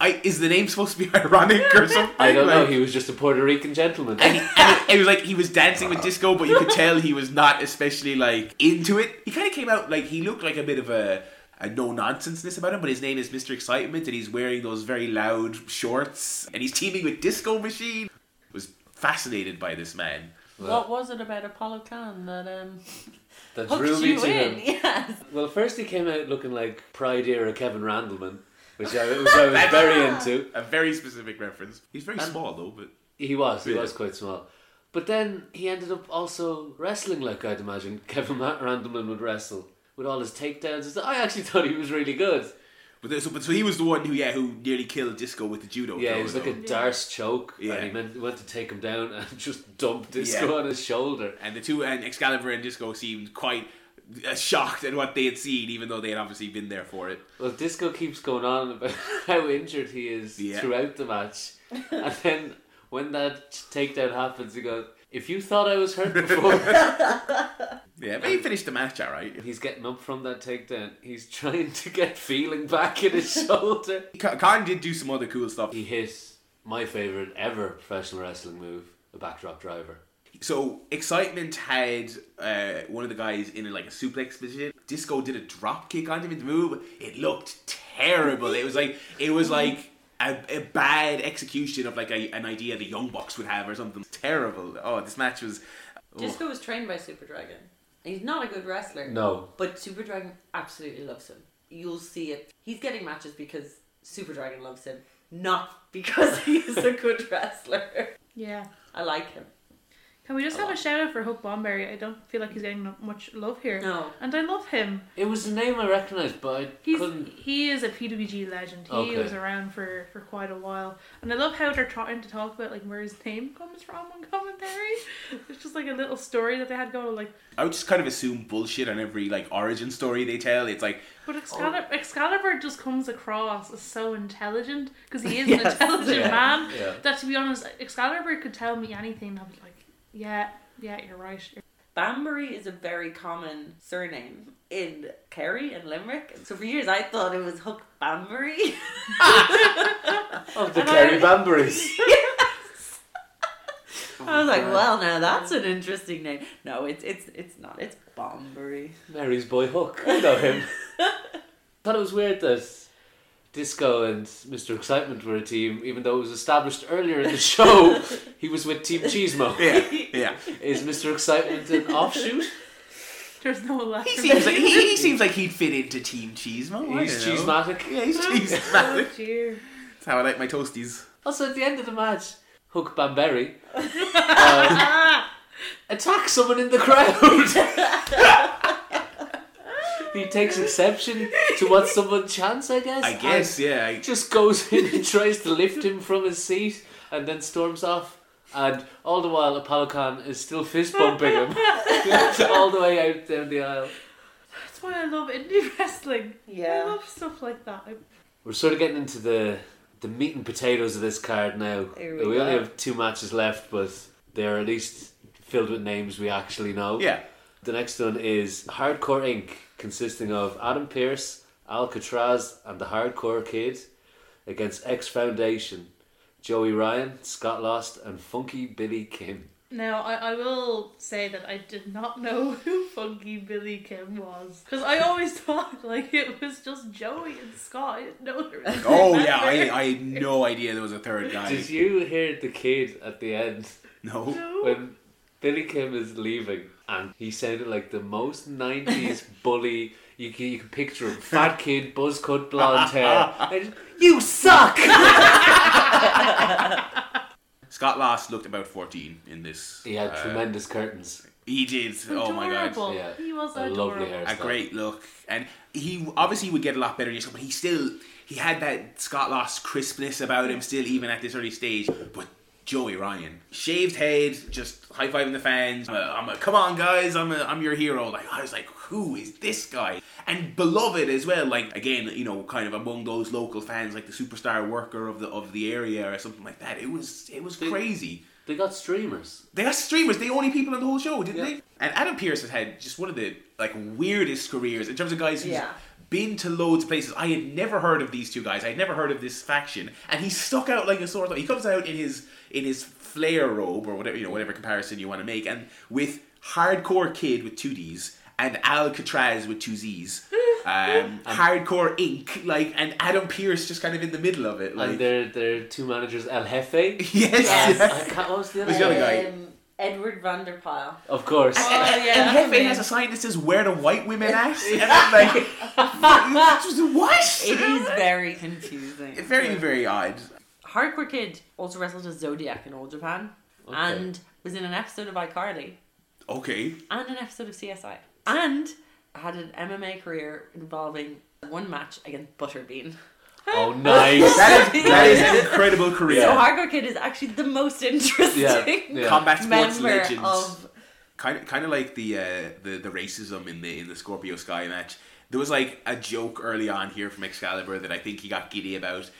B: I, is the name supposed to be (laughs) ironic or something?
A: (laughs) I don't know,
B: Like-
A: he was just a Puerto Rican gentleman.
B: and, he, and it, it was like he was dancing with disco, but you could tell he was not especially like into it. He kind of came out like he looked like a bit of a, a no nonsenseness about him. But his name is Mr. Excitement, and he's wearing those very loud shorts, and he's teaming with Disco Machine. Was fascinated by this man.
C: what was it about Apollo Khan that um
A: That
C: hooked
A: drew me
C: you
A: to
C: in?
A: him.
C: (laughs) Yes.
A: Well, first he came out looking like Pride era Kevin Randleman, which I, which I was very into.
B: A very specific reference. He's very small though, but
A: He was, he
B: Yeah.
A: was quite small. But then he ended up also wrestling like I'd imagine (laughs) Kevin Ma- Randleman would wrestle with all his takedowns. I actually (laughs) thought he was really good.
B: But, there- so, but so he was the one who yeah who nearly killed Disco with the judo.
A: Yeah,
B: throw,
A: it was like
B: though.
A: a Darce choke,
B: Yeah.
A: and he meant, went to take him down and (laughs) just dumped Disco
B: Yeah.
A: on his shoulder.
B: and the two and Excalibur and Disco seemed quite uh, shocked at what they had seen, even though they had obviously been there for it.
A: Well, Disco keeps going on about (laughs) how injured he is
B: Yeah.
A: throughout the match, and (laughs) then when that takedown happens, he goes, "If you thought I was hurt
B: (laughs)
A: before,
B: Yeah, but he finished the match all right.
A: he's getting up from that takedown. He's trying to get feeling back in his (laughs) shoulder.
B: Khan- Khan did do some other cool stuff.
A: He hit my favorite ever professional wrestling move, a backdrop driver.
B: So excitement had uh, one of the guys in like a suplex position. Disco did a drop kick on him in the move. It looked terrible. It was like it was like a, a bad execution of like a, an idea the Young Bucks would have or something. Terrible. Oh, this match was. oh.
C: Disco was trained by Super Dragon. He's not a good wrestler.
A: No,
C: But Super Dragon absolutely loves him. You'll see it. He's getting matches because Super Dragon loves him, not because (laughs) he is a good wrestler.
E: Yeah.
C: I like him.
E: Can we just have a shout out for Hope Bomberry? I don't feel like he's getting no- much love here.
C: No.
E: And I love him.
A: it was a name I recognized, but I
E: He's
A: couldn't.
E: he is a PWG legend. He
A: Okay.
E: was around for, for quite a while, and I love how they're trying to talk about like where his name comes from on commentary. (laughs) it's just like a little story that they had going. Like,
B: I would just kind of assume bullshit on every like origin story they tell. It's like
E: but Excalibur, Excalibur just comes across as so intelligent because he is an
C: Yes.
E: intelligent
A: Yeah.
E: man.
B: (laughs)
A: Yeah.
E: That to be honest, Excalibur could tell me anything. and I was like, yeah, yeah, you're right.
C: Banbury is a very common surname in Kerry and Limerick. So for years I thought it was Hook Banbury. (laughs)
A: Oh, the
E: And
A: Kerry
E: I-
A: Bamburys.
C: I was like, well, now that's an interesting name. No, it's it's it's not. It's Banbury.
A: Mary's boy Hook. I know
B: (laughs)
A: him. Thought it was weird that Disco and Mr. Excitement were a team, even though it was established earlier
B: (laughs)
A: in the show he was with Team Cheesemo.
B: yeah, yeah.
A: Is Mr. Excitement an offshoot?
E: There's no lack.
B: He
E: of
B: seems like
E: it.
B: he, he seems like he'd fit into Team Cheesemo. (laughs) I
A: He's
B: don't know.
A: cheesematic.
B: Yeah, he's
E: (laughs)
B: cheesematic.
E: Oh dear.
B: That's how I like my toasties.
A: (laughs) Also, at the end of the match, Hook
B: (laughs)
A: Bamberry um, attacks someone in the crowd. he takes exception to what someone chants, I guess.
B: I
A: and (laughs)
B: guess, yeah. I,
A: just goes in and tries to lift him from his seat and then storms off. And all the while, Apollo Khan is still fist bumping
E: (laughs)
A: him (laughs) all the way out down the aisle.
E: That's why I love indie (laughs) wrestling. I love stuff like that. I-
A: We're sort of getting into the the meat and potatoes of this card now.
C: Here we
A: only
C: go.
A: have two matches left, but they're at least filled with names we actually know.
B: yeah.
A: The next one is Hardcore Inc., consisting of Adam Pierce, Alcatraz, and the Hardcore Kid, against X Foundation, Joey Ryan, Scott Lost, and Funky Billy Kim.
E: Now, I, I will say that I did not know (laughs) who Funky Billy Kim was. Because I always (laughs) thought, like, it was just Joey and Scott. I didn't know there was
B: Oh
E: another
B: yeah, I,
E: member.
B: I had no idea there was a third guy.
A: Did you hear the kid at the end
B: No.
E: No.
A: when Billy Kim is leaving and he sounded like the most
E: (laughs)
A: 90s bully? You can, you can picture him. Fat kid, buzz cut, blonde
E: (laughs)
A: hair. And just, you suck!
B: Scott Last looked about fourteen in this.
A: He had
B: uh,
A: tremendous curtains.
B: He did. Oh my god.
E: Adorable.
A: Yeah.
E: He was
A: a
E: adorable.
A: lovely hairstyle.
B: A great look, and he obviously would get a lot better years, but he still he had that Scott Last crispness about him still, even at this early stage. But Joey Ryan, shaved head, just high fiving the fans. I'm a, I'm a come on guys, I'm a, I'm your hero. Like I was like, who is this guy? And beloved as well. Like again, you know, kind of among those local fans, like the superstar worker of the of the area or something like that. It was it was
A: They-
B: crazy.
A: They got streamers.
B: They are streamers. They only people on the whole show, didn't
A: Yeah.
B: they? And Adam Pierce has had just one of the like weirdest careers in terms of guys who's
C: Yeah.
B: been to loads of places. I had never heard of these two guys. I had never heard of this faction, and he stuck out like a sore thumb. He comes out in his in his flare robe or whatever you know, whatever comparison you want to make, and with hardcore kid with two D's and Alcatraz with two Z's. Um, hardcore Inc. Like and Adam Pierce just kind of in the middle of it. Like
A: And their, their two managers, El Jefe.
B: (laughs)
A: Uh,
B: yes,
C: Yes.
A: I
B: (laughs)
A: can't, what was the other
B: Who's the other
A: one?
B: guy?
C: Um, Edward Vanderpile.
A: Of course.
E: Uh,
C: Oh, yeah,
B: and Hefe
C: man.
B: has a sign that says "Where the white women at," and I'm like, "What?"
C: It is very confusing.
B: Very, very odd.
C: Hardcore Kid also wrestled as Zodiac in Old Japan.
A: Okay.
C: and was in an episode of iCarly
B: Okay.
C: and an episode of CSI and had an MMA career involving one match against Butterbean.
A: oh,
E: (laughs)
A: nice.
B: That is, that is
A: Yeah.
B: an incredible career.
C: So
A: Yeah.
C: Hardcore Kid is actually the most interesting (laughs)
A: yeah, yeah.
B: Combat sports
C: member
B: legends.
C: of
B: kind of kind of like the uh, the the racism in the in the Scorpio Sky match. There was like a joke early on here from Excalibur that I think he got giddy about.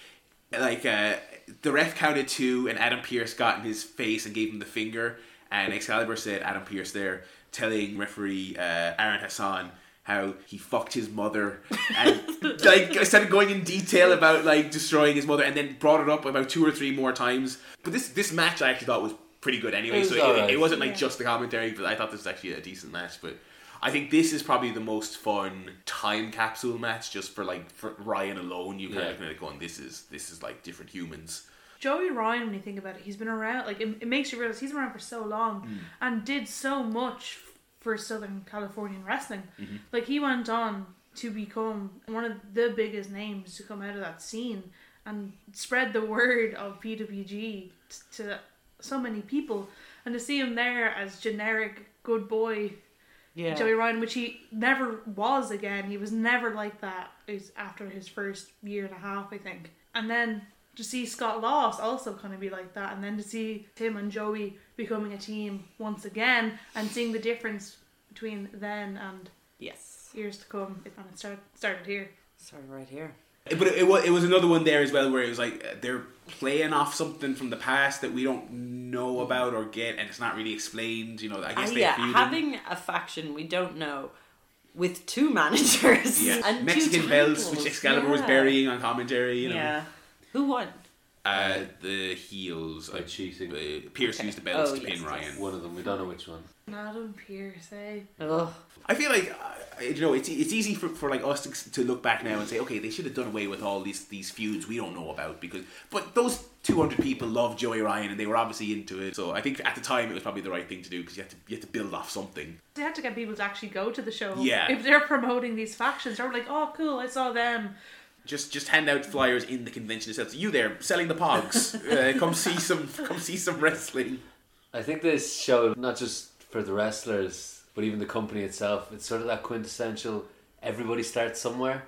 B: Like uh, the ref counted two, and Adam Pierce got in his face and gave him the finger. And Excalibur said Adam Pierce there, telling referee uh, Aaron Hassan how he fucked his mother and like started going in detail about like destroying his mother and then brought it up about two or three more times but this this match i actually thought was pretty good anyway
A: It was
B: so it,
A: alright.
B: it wasn't like
E: Yeah.
B: just the commentary but i thought this was actually a decent match but i think this is probably the most fun time capsule match just for like for ryan alone you kind
A: Yeah.
B: of looking at it going this is this is like different humans
E: Joey Ryan, when you think about it, he's been around. Like it, it makes you realize he's been around for so long
B: Hmm.
E: and did so much f- for Southern Californian wrestling. Like he went on to become one of the biggest names to come out of that scene and spread the word of PWG t- to so many people. And to see him there as generic good boy
C: yeah.
E: Joey Ryan, which he never was again. He was never like that is after his first year and a half, I think. And then to see Scott Loss also kind of be like that, and then to see Tim and Joey becoming a team once again, and seeing the difference between then and
C: yes.
E: years to come, it- and it start, started here.
C: Sorry, right here.
B: But it, it was it was another one there as well where it was like uh, they're playing off something from the past that we don't know about or get, and it's not really explained. You know, I guess they
C: Ah, Mm. yeah,
B: feuded.
C: having a faction we don't know with two managers
B: yeah.
C: and
B: Mexican
C: two
B: belts,
C: titles.
B: which Excalibur was
C: Yeah.
B: burying on commentary. You know,
C: Yeah. Who won?
B: uh, the heels
A: By
B: like
A: cheating.
B: uh, Pierce
C: Okay.
B: used the belts
C: Oh,
B: to
C: yes,
B: pin
C: yes.
B: Ryan.
A: One of them. We don't know which one.
E: Adam Pierce, eh?
C: Ugh.
B: I feel like uh, you know it's it's easy for, for like us to, to look back now and say okay they should have done away with all these these feuds we don't know about because but those 200 people loved Joey Ryan and they were obviously into it so I think at the time it was probably the right thing to do because you had to you had to build off something
E: They had to get people to actually go to the show.
B: Yeah.
E: If they're promoting these factions, they're like, oh, cool, I saw them.
B: just just hand out flyers in the convention itself you there selling the pogs uh, come see some come see some wrestling
A: I think this show, not just for the wrestlers, but even the company itself, it's sort of that quintessential everybody starts somewhere.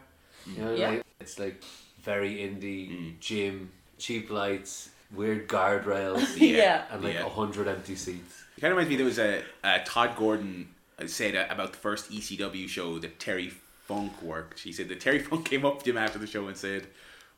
A: You know,
C: Yeah.
A: like, it's like very indie,
B: Mm.
A: gym, cheap lights, weird guardrails,
C: (laughs) Yeah.
A: and like a
B: yeah.
A: hundred empty seats.
B: It kind of reminds me. There was a uh, Todd Gordon said uh, about the first ECW show that Terry Funk worked. He said that Terry (laughs) Funk came up to him after the show and said,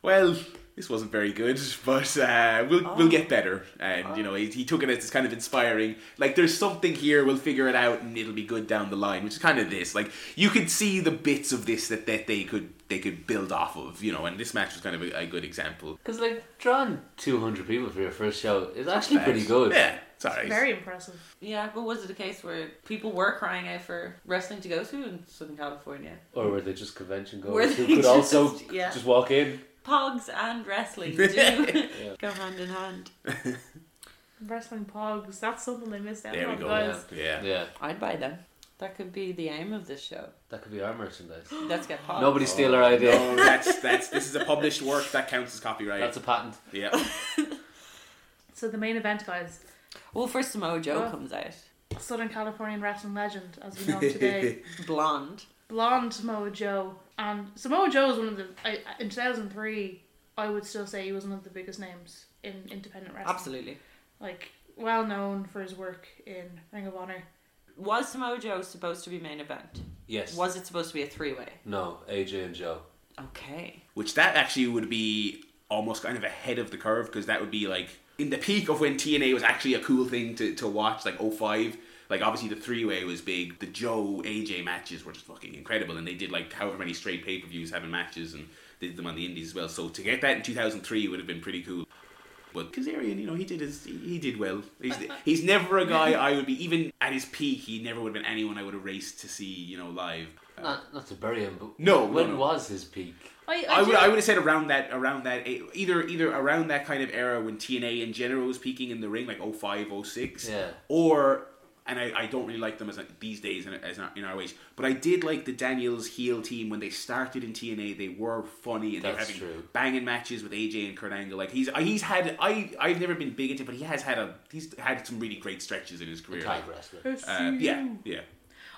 B: "Well, this wasn't very good, (laughs) but uh, we'll we'll get better." And you know, he, he took it as this kind of inspiring. Like, there's something here. We'll figure it out, and it'll be good down the line. Which is kind of this. Like, you could see the bits of this that, that they could they could build off of. You know, and this match was kind of a, a good example.
A: Because like drawing two hundred people for your first show is actually pretty good.
B: Yeah, sorry.
E: Very impressive.
C: Yeah, but was it a case where people were crying out for wrestling to go to in Southern California?
A: Or were they just convention
C: Were
A: goers who
C: they
A: could also
C: just- (laughs) yeah.
A: just walk in?
C: Pogs and wrestling do (laughs) go hand in hand.
E: Wrestling pogs, that's something they missed out
B: there we
E: on,
B: go.
E: guys.
B: yeah.
A: Yeah,
C: I'd buy them. That could be the aim of this show.
A: that could be our merchandise.
C: (gasps) Let's get pogs.
A: Nobody steal our idea.
B: Oh, No, that's that's this is a published work that counts as copyright.
A: That's a patent.
B: yeah.
E: So the main event, guys,
C: Well, first Samoa Joe
E: Well-
C: comes out.
E: Southern Californian wrestling legend, as
B: (laughs)
E: we know him today,
C: Blonde.
E: blonde Samoa Joe, and Samoa Joe is one of the I, in two thousand three. I would still say he was one of the biggest names in independent wrestling.
C: Absolutely.
E: like well known for his work in Ring of Honor.
C: Was Samoa Joe supposed to be main event?
A: Yes.
C: Was it supposed to be a three way?
A: no, AJ and Joe.
C: Okay.
B: Which that actually would be almost kind of ahead of the curve because that would be like in the peak of when TNA was actually a cool thing to, to watch, like 05. Like obviously the three way was big. The Joe AJ matches were just fucking incredible, and they did like however many straight pay per views having matches, and they did them on the Indies as well. So to get that in 2003 would have been pretty cool. But Kazarian, you know, he did his, he he did well. He's, he's never a guy I would be even at his peak. He never would have been anyone I would have raced to see, you know, live.
A: Not, not to bury him, but
B: No, no,
A: when
B: no.
A: was his peak?
E: I, I,
B: I would
E: do-
B: I would have said around that around that e- either either around oh that kind of era when TNA in general was peaking in the ring like 05, 06,
A: Yeah.
B: or and I, I don't really like them as a, these days in, as in ROH. But I did like the Daniels heel team when they started in TNA. They were funny and they were
A: That's
B: having
A: true.
B: banging matches with AJ and Kurt Angle. Like he's he's had I I've never been big into, it, but he has had a he's had some really great stretches in his career.
A: Tag
B: Like,
A: wrestler.
B: uh, yeah, yeah.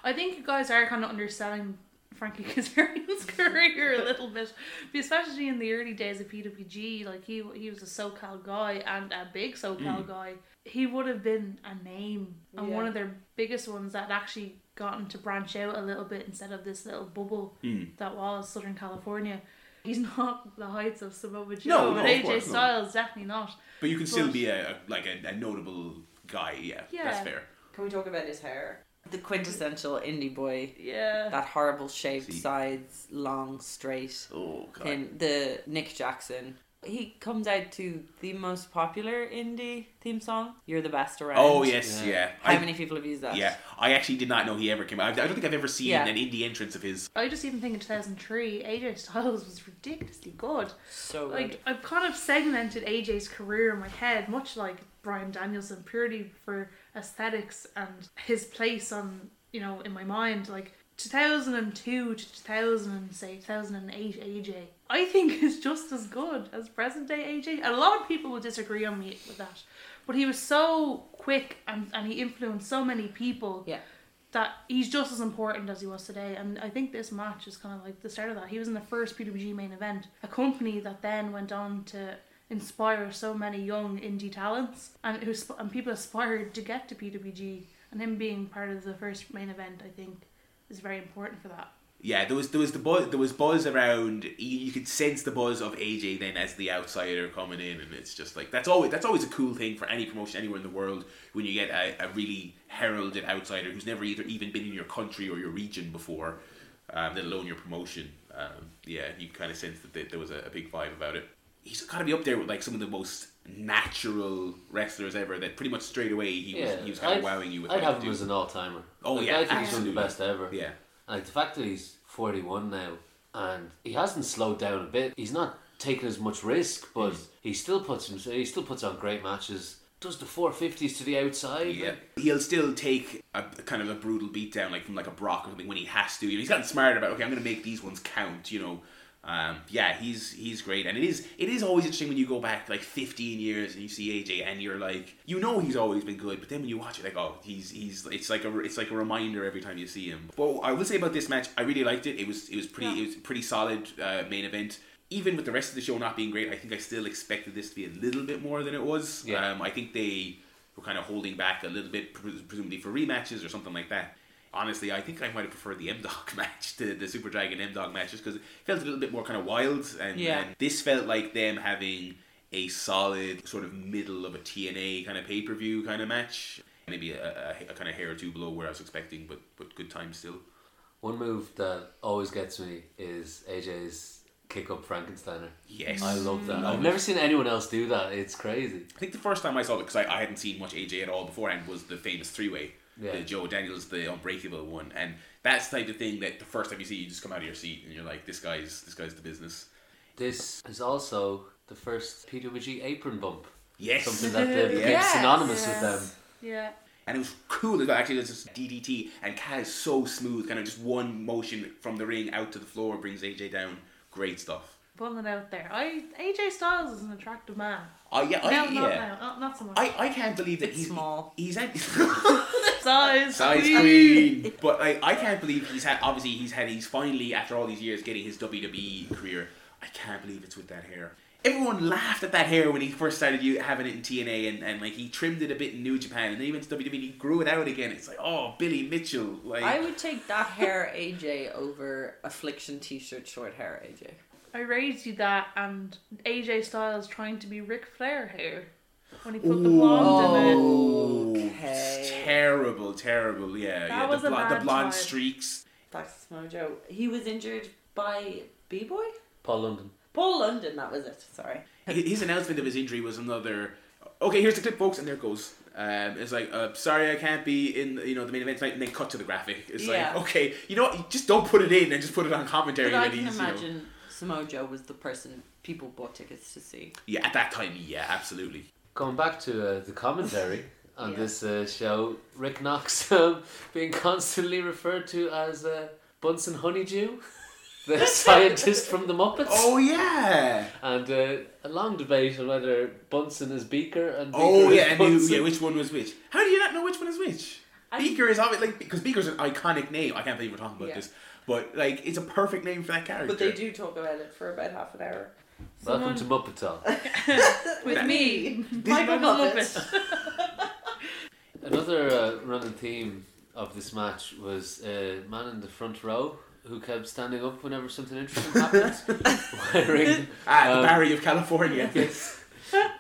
E: I think you guys are kind of underselling Frankie (laughs) Kazarian's career a little bit, But especially in the early days of PWG. Like he he was a SoCal guy and a big
B: Mm.
E: SoCal guy. He would have been a name and
D: Yeah.
E: one of their biggest ones that actually gotten to branch out a little bit instead of this little bubble
B: Hmm.
E: that was Southern California. He's (laughs) not the heights of Samoa Joe,
B: No, no,
E: but
B: of
E: AJ
B: course not.
E: Styles definitely not.
B: But you can still
E: But-
B: be a, a- like a, a notable guy. Yeah,
E: Yeah.
B: that's fair.
C: Can we talk about his hair? The quintessential indie boy.
E: Yeah.
C: That horrible shaved
B: See.
C: sides, long, straight.
B: Oh god.
C: Him, the Nick Jackson. He comes out to the most popular indie theme song, You're the Best Around.
B: Oh yes,
A: Yeah.
B: yeah.
C: How
B: I-
C: many people have used that?
B: Yeah, I actually did not know he ever came out. I don't think I've ever seen
C: Yeah.
B: an indie entrance of his.
E: I just even think in 2003, AJ Styles was ridiculously good.
C: So good.
E: Like I've kind of segmented AJ's career in my head, much like Brian Danielson, purely for aesthetics and his place on you know in my mind. Like 2002 to 2000, say 2008 AJ, I think is just as good as present day AJ. And a lot of people will disagree on me with that, but he was so quick and and he influenced so many people
C: yeah.
E: that he's just as important as he was today. And I think this match is kind of like the start of that. He was in the first PWG main event, a company that then went on to inspire so many young indie talents and who sp- and people aspired to get to PWG. And him being part of the first main event, I think, is very important for that.
B: Yeah, there was there was the buzz there was buzz around. You, you could sense the buzz of AJ then as the outsider coming in, and it's just like that's always that's always a cool thing for any promotion anywhere in the world when you get a, a really heralded outsider who's never either even been in your country or your region before, um, let alone your promotion. Um, yeah, you kind of sense that there- there was a, a big vibe about it. He's got to be up there with like some of the most natural wrestlers ever. That pretty much straight away he was he was kind
A: I'd-
B: of wowing you with.
A: I'd
B: what
A: have
B: he
A: him
B: could
A: as
B: do.
A: an all timer.
B: Oh, yeah,
A: I think he's one of
B: absolutely.
A: the best ever.
B: yeah.
A: Like the fact that he's 41 now and he hasn't slowed down a bit. He's not taking as much risk, but
B: Mm.
A: he still puts himself, he still puts on great matches. Does the 450s to the outside.
B: Yeah,
A: like-
B: he'll still take a a kind of a brutal beatdown, like from like a Brock or something, when he has to. You know, he's gotten smarter about okay, I'm going to make these ones count. You know, um, yeah, he's he's great, and it is it is always interesting when you go back like 15 years and you see AJ, and you're like, you know, he's always been good, but then when you watch it, like, oh, he's he's it's like a it's like a reminder every time you see him. But I will say about this match, I really liked it. It was it was pretty
E: Yeah.
B: it was a pretty solid uh, main event. Even with the rest of the show not being great, I think I still expected this to be a little bit more than it was.
A: Yeah.
B: Um, I think they were kind of holding back a little bit, pres- presumably for rematches or something like that. Honestly, I think I might have preferred the M Dog (laughs) match to the Super Dragon M Dog match just because it felt a little bit more kind of wild. And,
C: Yeah.
B: and this felt like them having a solid sort of middle of a TNA kind of pay per view kind of match. Maybe a, a, a kind of hair or two below where I was expecting, but, but good time still.
A: One move that always gets me is AJ's kick up Frankensteiner.
B: Yes. Mm.
A: I love that. I've never seen anyone else do that. It's crazy.
B: I think the first time I saw it, because I, I hadn't seen much AJ at all beforehand, was the famous three way.
A: Yeah.
B: The Joe Daniels, the unbreakable one. And that's the type of thing that the first time you see, you just come out of your seat and you're like, this guy's this guy's the business.
A: This is also the first PWG apron
B: (laughs)
A: bump.
B: Yes.
A: Something that they became
B: (laughs) Yes.
A: synonymous with
D: Yes.
A: them.
E: Yeah.
B: And it was cool as well. Actually, it was just DDT and Kaz so smooth, kind of just one motion from the ring out to the floor brings AJ down. Great stuff.
E: Putting it out there. I AJ Styles is an attractive man.
B: Oh yeah, I,
E: no,
B: yeah.
E: not now. Not, not so much.
B: I, I can't believe that
C: It's
B: he's
C: small.
B: He's at (laughs)
C: (laughs)
E: Size.
B: size
E: queen.
B: queen. But I, I can't believe he's had. Obviously, he's had. He's finally, after all these years, getting his WWE career. I can't believe it's with that hair. Everyone laughed at that hair when he first started you having it in TNA, and, and like he trimmed it a bit in New Japan, and then he went to WWE, and he grew it out again. It's like, oh, Billy Mitchell. Like,
C: I would take that hair AJ over affliction t shirt short hair AJ.
E: I raised you that and AJ Styles trying to be Ric Flair here when he put the blonde in
B: Oh.
E: it.
C: Okay.
B: terrible, terrible. Yeah, yeah.
E: was
B: the,
E: a
B: blo- the
E: bad
B: blonde
E: time.
B: streaks.
C: Back to Mojo. He was injured by B Boy?
A: Paul London.
C: Paul London, that was it. Sorry.
B: Hi- His announcement of his injury was another. Okay, here's the clip, folks, and there it goes. Um, it's like, uh, sorry, I can't be in, you know, the main event tonight, and then cut to the graphic. It's
C: Yeah.
B: like, okay, you know, what, you just don't put it in and just put it on commentary.
C: But I
B: and
C: can
B: he's, you know-
C: imagine Samojo was the person people bought tickets to see.
B: yeah, at that time, yeah, absolutely. (laughs)
A: Going back to uh, the commentary, on
E: Yeah.
A: this uh, show. Rick Knox um, (laughs) being constantly referred to as uh, Bunsen Honeydew, (laughs)
B: (laughs)
A: the scientist from the Muppets,
B: Oh yeah.
A: and uh, a long debate on whether Bunsen is Beaker and Beaker
B: Oh
A: is
B: yeah, I knew
A: Bunsen.
B: yeah, which one was which. How do you not know which one is which?
C: I-
B: Beaker is obviously like because Beaker's an iconic name. I can't believe we're talking about
C: Yeah.
B: this, but like it's a perfect name for that character.
C: But they do talk about it for about half an hour.
A: Welcome to Muppet Talk.
C: With me,
B: This-
C: Michael Muppet.
A: Another uh, running theme of this match was uh, man in the front row who kept standing up whenever something interesting happened, wearing
B: ah, the
A: Um,
B: Barry of
C: (laughs)
B: California.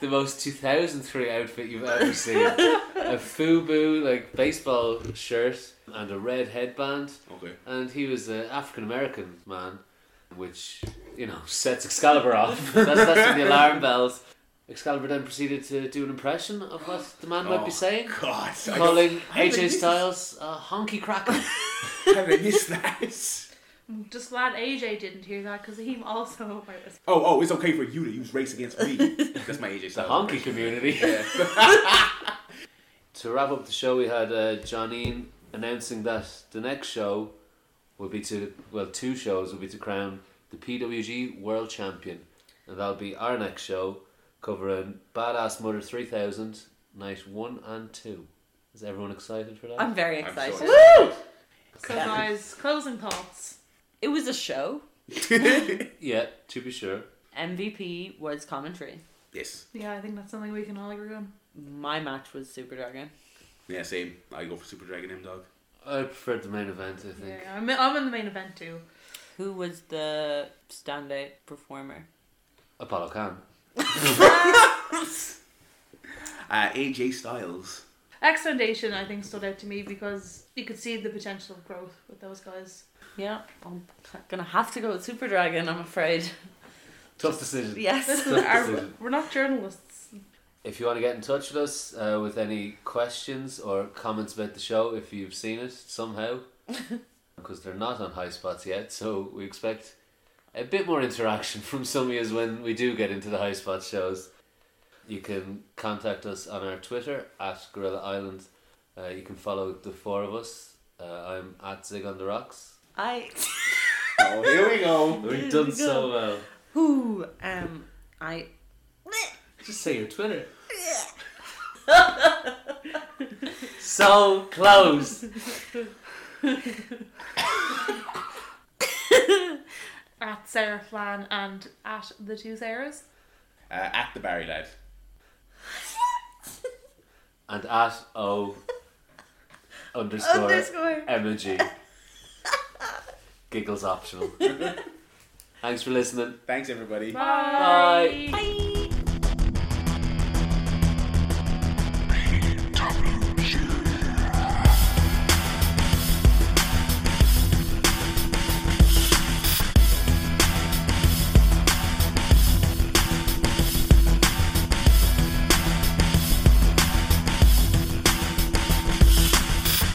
A: the most 2003 outfit you've ever seen a FUBU like baseball shirt and a red headband
B: okay.
A: and he was an African American man which you know sets Excalibur off that's, that's when the alarm bells Excalibur then proceeded to do an impression of what the man might
B: Oh,
A: be saying
B: God, I
A: calling
B: don't- how did I
A: AJ
B: miss-
A: Styles a honky cracker
B: How did I miss that?
E: I'm just glad AJ didn't hear that because he also (laughs) might as
B: Oh, oh, it's okay for you to use race against me. That's my AJ.
A: the
B: Styles
A: honky community (laughs) to wrap up the show, we had uh, Johnine announcing that the next show will be to well, two shows will be to crown the PWG World Champion, and that'll be our next show covering Badass Mother Three Thousand Night One and Two. Is everyone excited for that?
C: I'm very
B: I'm
C: excited.
B: sorry.
E: So, guys, closing thoughts.
C: It was a show.
A: yeah, to be sure.
C: MVP was commentary.
B: (laughs) yes.
E: Yeah, I think that's something we can all agree on.
C: My match was Super Dragon.
B: Yeah, same. I go for Super Dragon M Dog.
A: I preferred the main event. I think
E: Yeah, I'm, I'm in the main event too.
C: Who was the standout performer?
A: Apollo Khan.
B: Uh, AJ Styles.
E: X Foundation, I think, stood out to me because you could see the potential of growth with those guys.
C: Yeah, I'm gonna have to go with Super Dragon.
B: (laughs)
C: I'm afraid.
A: Tough decision.
C: Yes.
E: Listen, our, we're not journalists.
A: If you want to get in touch with us uh, with any questions or comments about the show, if you've seen it somehow,
B: (laughs)
A: because they're not on high spots yet, so we expect a bit more interaction (laughs) from some of you when we do get into the high spot shows. You can contact us on our Twitter at Gorilla Island. Uh, you can follow the four of us. Uh, I'm at Zig on the Rocks.
C: I.
B: Oh, here we go.
A: We've done so well.
C: (laughs) Who? Um. I.
A: Just say your Twitter. so close.
E: At Sarah Flan and at the two Sarahs.
B: Uh, at the Barry Lad.
A: and at O underscore, emoji. Giggles optional. Thanks for listening.
B: Thanks, everybody.
A: Bye.
E: Bye.